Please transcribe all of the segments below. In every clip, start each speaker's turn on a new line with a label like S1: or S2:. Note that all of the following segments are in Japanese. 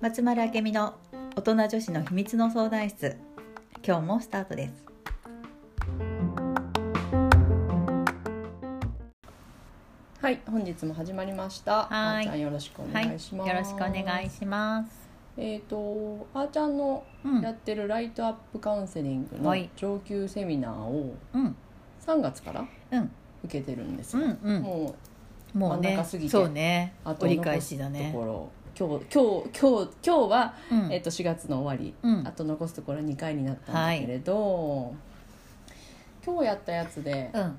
S1: 松丸明美の大人女子の秘密の相談室今日もスタートです
S2: はい、本日も始まりました。
S1: は
S2: あ
S1: い
S2: ーちゃんよろしくお願いします。
S1: します
S2: えっ、と、あーちゃんの
S1: うん
S2: やってるライトアップカウンセリングの
S1: はい
S2: 上級セミナーを
S1: うん
S2: 3月から
S1: うん
S2: 受けてるんです
S1: う
S2: よ。
S1: んうん
S2: もう
S1: もう
S2: 真ん
S1: ね
S2: 中過ぎて
S1: そうね
S2: あと
S1: 折り
S2: 残
S1: 返
S2: す
S1: しだ
S2: と
S1: ね
S2: ころ、今日今日今日今日は、
S1: うん
S2: えっと4月の終わり、
S1: うん
S2: あと残すところ2回になったんだけれど、今日やったやつで、
S1: う
S2: あ
S1: ん
S2: の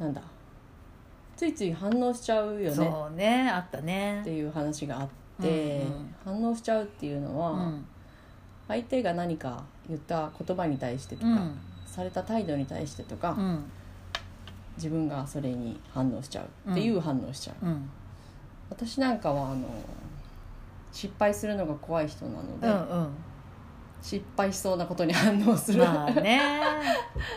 S2: なんだついつい反応しちゃうよね
S1: そうねあった
S2: っ
S1: ね
S2: ていう話があって、反応しちゃうっていうのは、
S1: うん
S2: 相手が何か言った言葉に対してと
S1: う
S2: か、
S1: ん
S2: された態度に対してとか、
S1: うん
S2: 自分がそれに反応しちゃうっていう反応しちゃう、
S1: うん
S2: 私なんかはあの失敗するのが怖い人なの
S1: う
S2: で、
S1: んうん
S2: 失敗しそうなことに反応する、
S1: まあね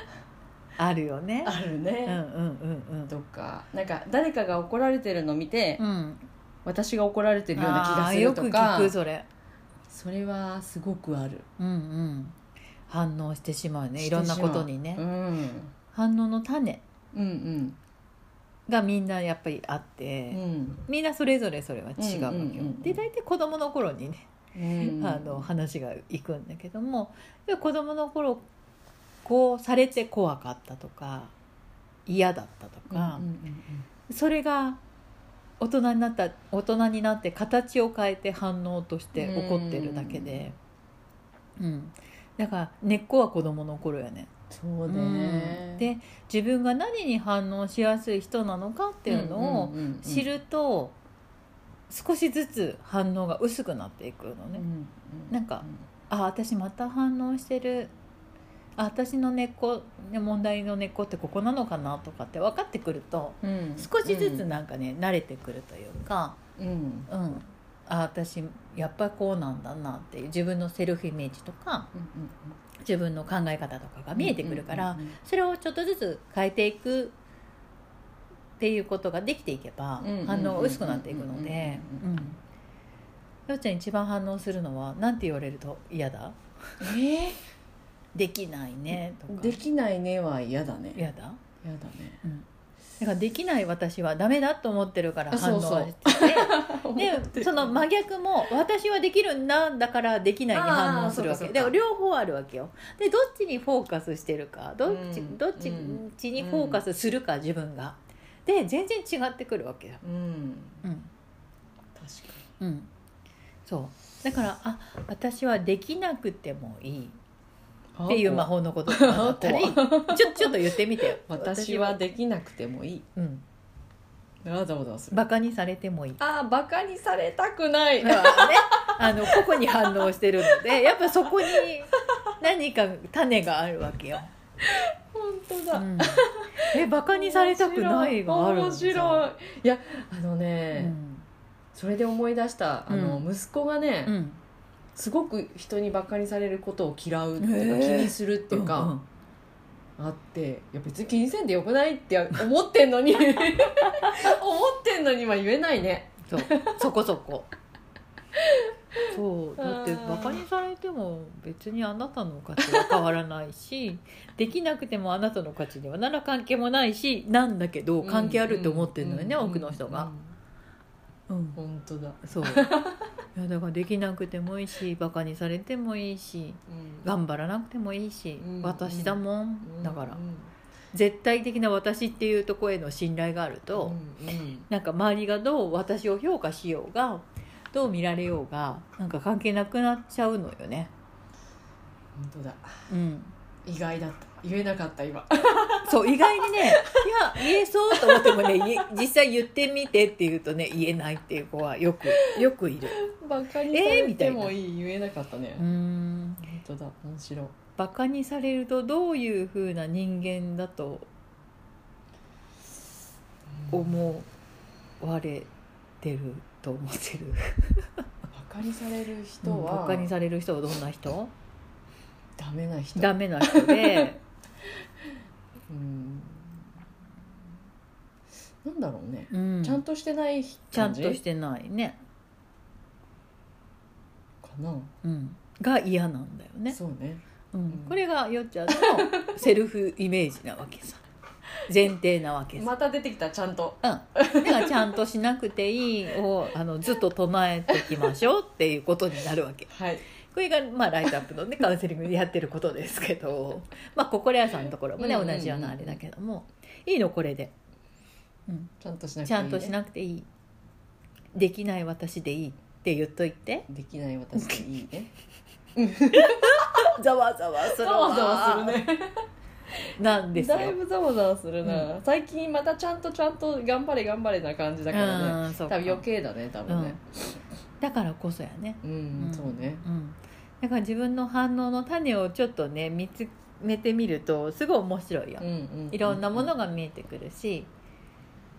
S1: あるよね
S2: ある
S1: うんうん
S2: ね、
S1: うん
S2: とかなんか誰かが怒られてるの見て、
S1: うんうん
S2: 私が怒られてるような気が
S1: あ
S2: す
S1: ー
S2: る
S1: よ
S2: と
S1: く聞
S2: か
S1: くそれ
S2: それはすごくある、
S1: うんうん反応してしまうねい
S2: してしま
S1: ろ
S2: うん
S1: なことにね、
S2: うん、
S1: 反応の種
S2: うん
S1: がみんなやっぱりあっ
S2: う
S1: て、
S2: んうん
S1: みんなそれぞれそれは違うわけよ、
S2: うんうんうん
S1: で大体子供の頃にね、
S2: うん
S1: あの話がいくんだけどもやっぱり子供の頃こうされて怖かったとか嫌だったとか、それが大人になった大人になって形を変えて反応として起こってるだけで、うんだから根っこは子供の頃やね。
S2: そうね、
S1: で自分が何に反応しやすい人なのかっていうのを
S2: を
S1: 知ると少しずつ反応が薄くなっていくのね、なんかあ私また反応してるあ私の根っこね問題の根っこってここなのかなとかって分かってくると少しずつなんかね、慣れてくるというか、
S2: うん
S1: うん、あ私やっぱりこうなんだなっていう自分のセルフイメージとか自分の考え方とかが見えてくるから、それをちょっとずつ変えていくっていうことができていけば
S2: うんうんうんうん
S1: 反応が薄くなっていくので
S2: うんうんうん
S1: うんよっちゃん一番反応するのは何て言われると嫌だ
S2: え
S1: できないねと
S2: ー、
S1: か
S2: できないねは嫌だね
S1: 嫌だ
S2: 嫌だね
S1: だからできない私はダメだと思ってるから
S2: あ
S1: 反
S2: そ
S1: 応
S2: うそう
S1: はしてでその真逆も私はできるんだだからできないに反応するわ
S2: あーそうかそ
S1: け
S2: うか
S1: で両方あるわけよでどっちにフォーカスしてるかどっち,、
S2: うん
S1: どっち
S2: うん
S1: にフォーカスするか自分がで全然違ってくるわけよ、
S2: うん
S1: うん
S2: 確か
S1: うん、そうだからあ私はできなくてもいい
S2: に
S1: っていう魔法のことだったりちょちょっと言ってみてよ
S2: 私はできなくてもいい
S1: うん、
S2: わざわざする
S1: バカにされてもいい
S2: ああバカにされたくない、
S1: だからね、あのここに反応してるので やっぱそこに何か種があるわけよ、
S2: 本当
S1: う
S2: だ、
S1: ん、えバカにされたくないがある
S2: 面白いいやあの
S1: う
S2: ね、
S1: ん
S2: それで思い出したあの、
S1: う
S2: 息子がね、
S1: うん、
S2: すごく人にバカにされることを嫌うっていうか気
S1: へえ
S2: にするっていうか、
S1: うんうん
S2: あっていや別に気にせんでよくないって思ってんのに 思ってんのには言えないね
S1: そうそこそこそうだって
S2: あー
S1: バカにされても別にあなたの価値は変わらないしできなくてもあなたの価値にはなら関係もないしなんだけど関係あると思ってるのよね、
S2: うんうん
S1: 多くの人が、うん
S2: うん本当だ、
S1: そうい やだからできなくてもいいしバカにされてもいいし頑張らなくてもいいし、
S2: うん
S1: 私だもん、だから、
S2: うん
S1: 絶対的な私っていうとこへの信頼があると、
S2: うんうん
S1: なんか周りがどう私を評価しようがどう見られようがなんか関係なくなっちゃうのよね。
S2: 本当だ
S1: うん、
S2: 意外だった言えなかった今
S1: そう意外にね いや言えそうと思ってもね言え実際言ってみてって言うとね言えないっていう子はよくよくいる。
S2: バカに
S1: え
S2: さ
S1: ー
S2: れ
S1: みた
S2: て
S1: いな
S2: もいい言えなかったね、
S1: うん
S2: 本当だ面白い
S1: バカにされるとどういう風な人間だと思われてると思ってる、
S2: バカにされる人
S1: うん、
S2: は、
S1: バカにされる人はどんな人
S2: ダメな人
S1: ダメな人で
S2: うんなんだろうね、
S1: うん
S2: ちゃんとしてない
S1: ちゃ
S2: 感
S1: ん
S2: じ
S1: としてないね、
S2: かな、
S1: うん、が嫌なんだよね、
S2: そうね
S1: うん、これがよっちゃんのセルフイメージなわけ さ前提なわけさ、
S2: また出てきたちゃんと
S1: うん、だからちゃんとしなくていいをあのずっと唱えていきましょうっていうことになるわけ
S2: はい
S1: これが、まあ、ライトアップの、 ね、カウンセリングでやってることですけど、まあ、心屋さんのところもね
S2: うんうんうん
S1: 同じようなあれだけどもいいのこれで、うん、
S2: ちゃんとしなくていいね、
S1: ちゃんとしなくていいできない私でいいって言っといて
S2: できない私でいいね
S1: ざ わざわす
S2: ざ
S1: る
S2: わざわするね
S1: なんですよ
S2: だいぶざわざわするな、
S1: う
S2: 最近またちゃんとちゃんと頑張れ頑張れな感じだからね
S1: うんそ
S2: 多
S1: う
S2: 分
S1: か
S2: 余計だね多分ね
S1: だからこそやね、
S2: うん、
S1: うん
S2: そうね
S1: うん、だから自分の反応の種をちょっとね見つめてみるとすごい面白いよ、
S2: うんうん
S1: いろんなものが見えてくるし、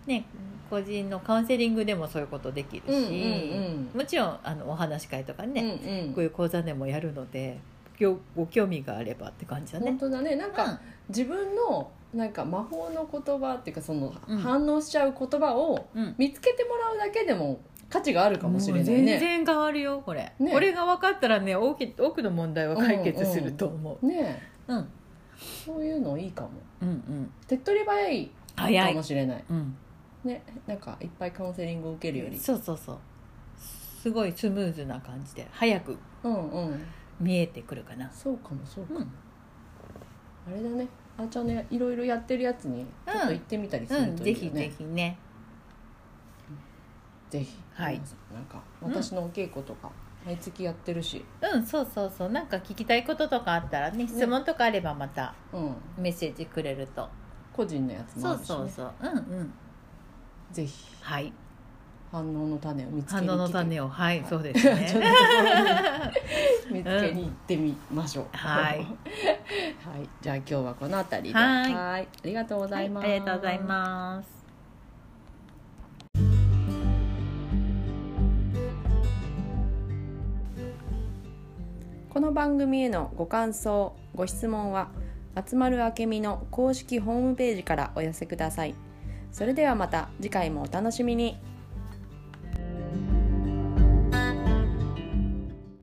S1: ね、個人のカウンセリングでもそういうことできるし、
S2: うんうんうん
S1: もちろんあのお話し会とか
S2: うん
S1: ね、
S2: うん
S1: こういう講座でもやるのでぎょご興味があればって感じだ
S2: 本
S1: ね。
S2: 当だねなんか、
S1: うん
S2: 自分のなんか魔法の言葉っていうかその
S1: うん
S2: 反応しちゃう言葉を
S1: うん
S2: 見つけてもらうだけでも価値があるかもしれな
S1: も
S2: い
S1: う全
S2: ね。
S1: 然変わるよこれ、
S2: ね
S1: これが分かったらね多き多くの問題は解決すると思
S2: ね
S1: う、うんうん、
S2: えそういうのいいかも。
S1: うん
S2: 手っ取り早い
S1: 早
S2: か
S1: い
S2: も、しれない。
S1: うん、
S2: ねなんかいっぱいカウンセリングを受けるより。
S1: そうそうそうすごいスムーズな感じで早く
S2: うんうん
S1: 見えてくるかな
S2: そうかもそうかも。
S1: うん
S2: あれだねあーちゃんのいろいろやってるやつにちょっと行ってみたりす
S1: う
S2: る
S1: ん
S2: とい
S1: ぜ
S2: い
S1: ひ
S2: よ
S1: ぜ
S2: ね。
S1: ひね
S2: ぜひ
S1: はい
S2: 皆さんなんか私のお稽古とか毎月やってるし。
S1: うんそうそうそうなんか聞きたいこととかあったらね質問とかあればまた
S2: うん
S1: メッセージくれると、
S2: 個人のやつも
S1: そ
S2: あ
S1: う
S2: るし
S1: そう
S2: ね。
S1: そううんうん
S2: ぜひ。
S1: はい
S2: 反応の種を見つけ
S1: 反
S2: に
S1: 応の
S2: 来て
S1: 種をはい、
S2: はい
S1: そうです ね
S2: 見つけに行ってみましょう、
S1: はい
S2: はいじゃあ今日はこの辺りで
S1: はい
S2: いありがとうござ
S1: はいい
S2: ます、
S1: ありがとうございます
S2: この番組へのご感想ご質問は集まるあけみの公式ホームページからお寄せくださいそれではまた次回もお楽しみに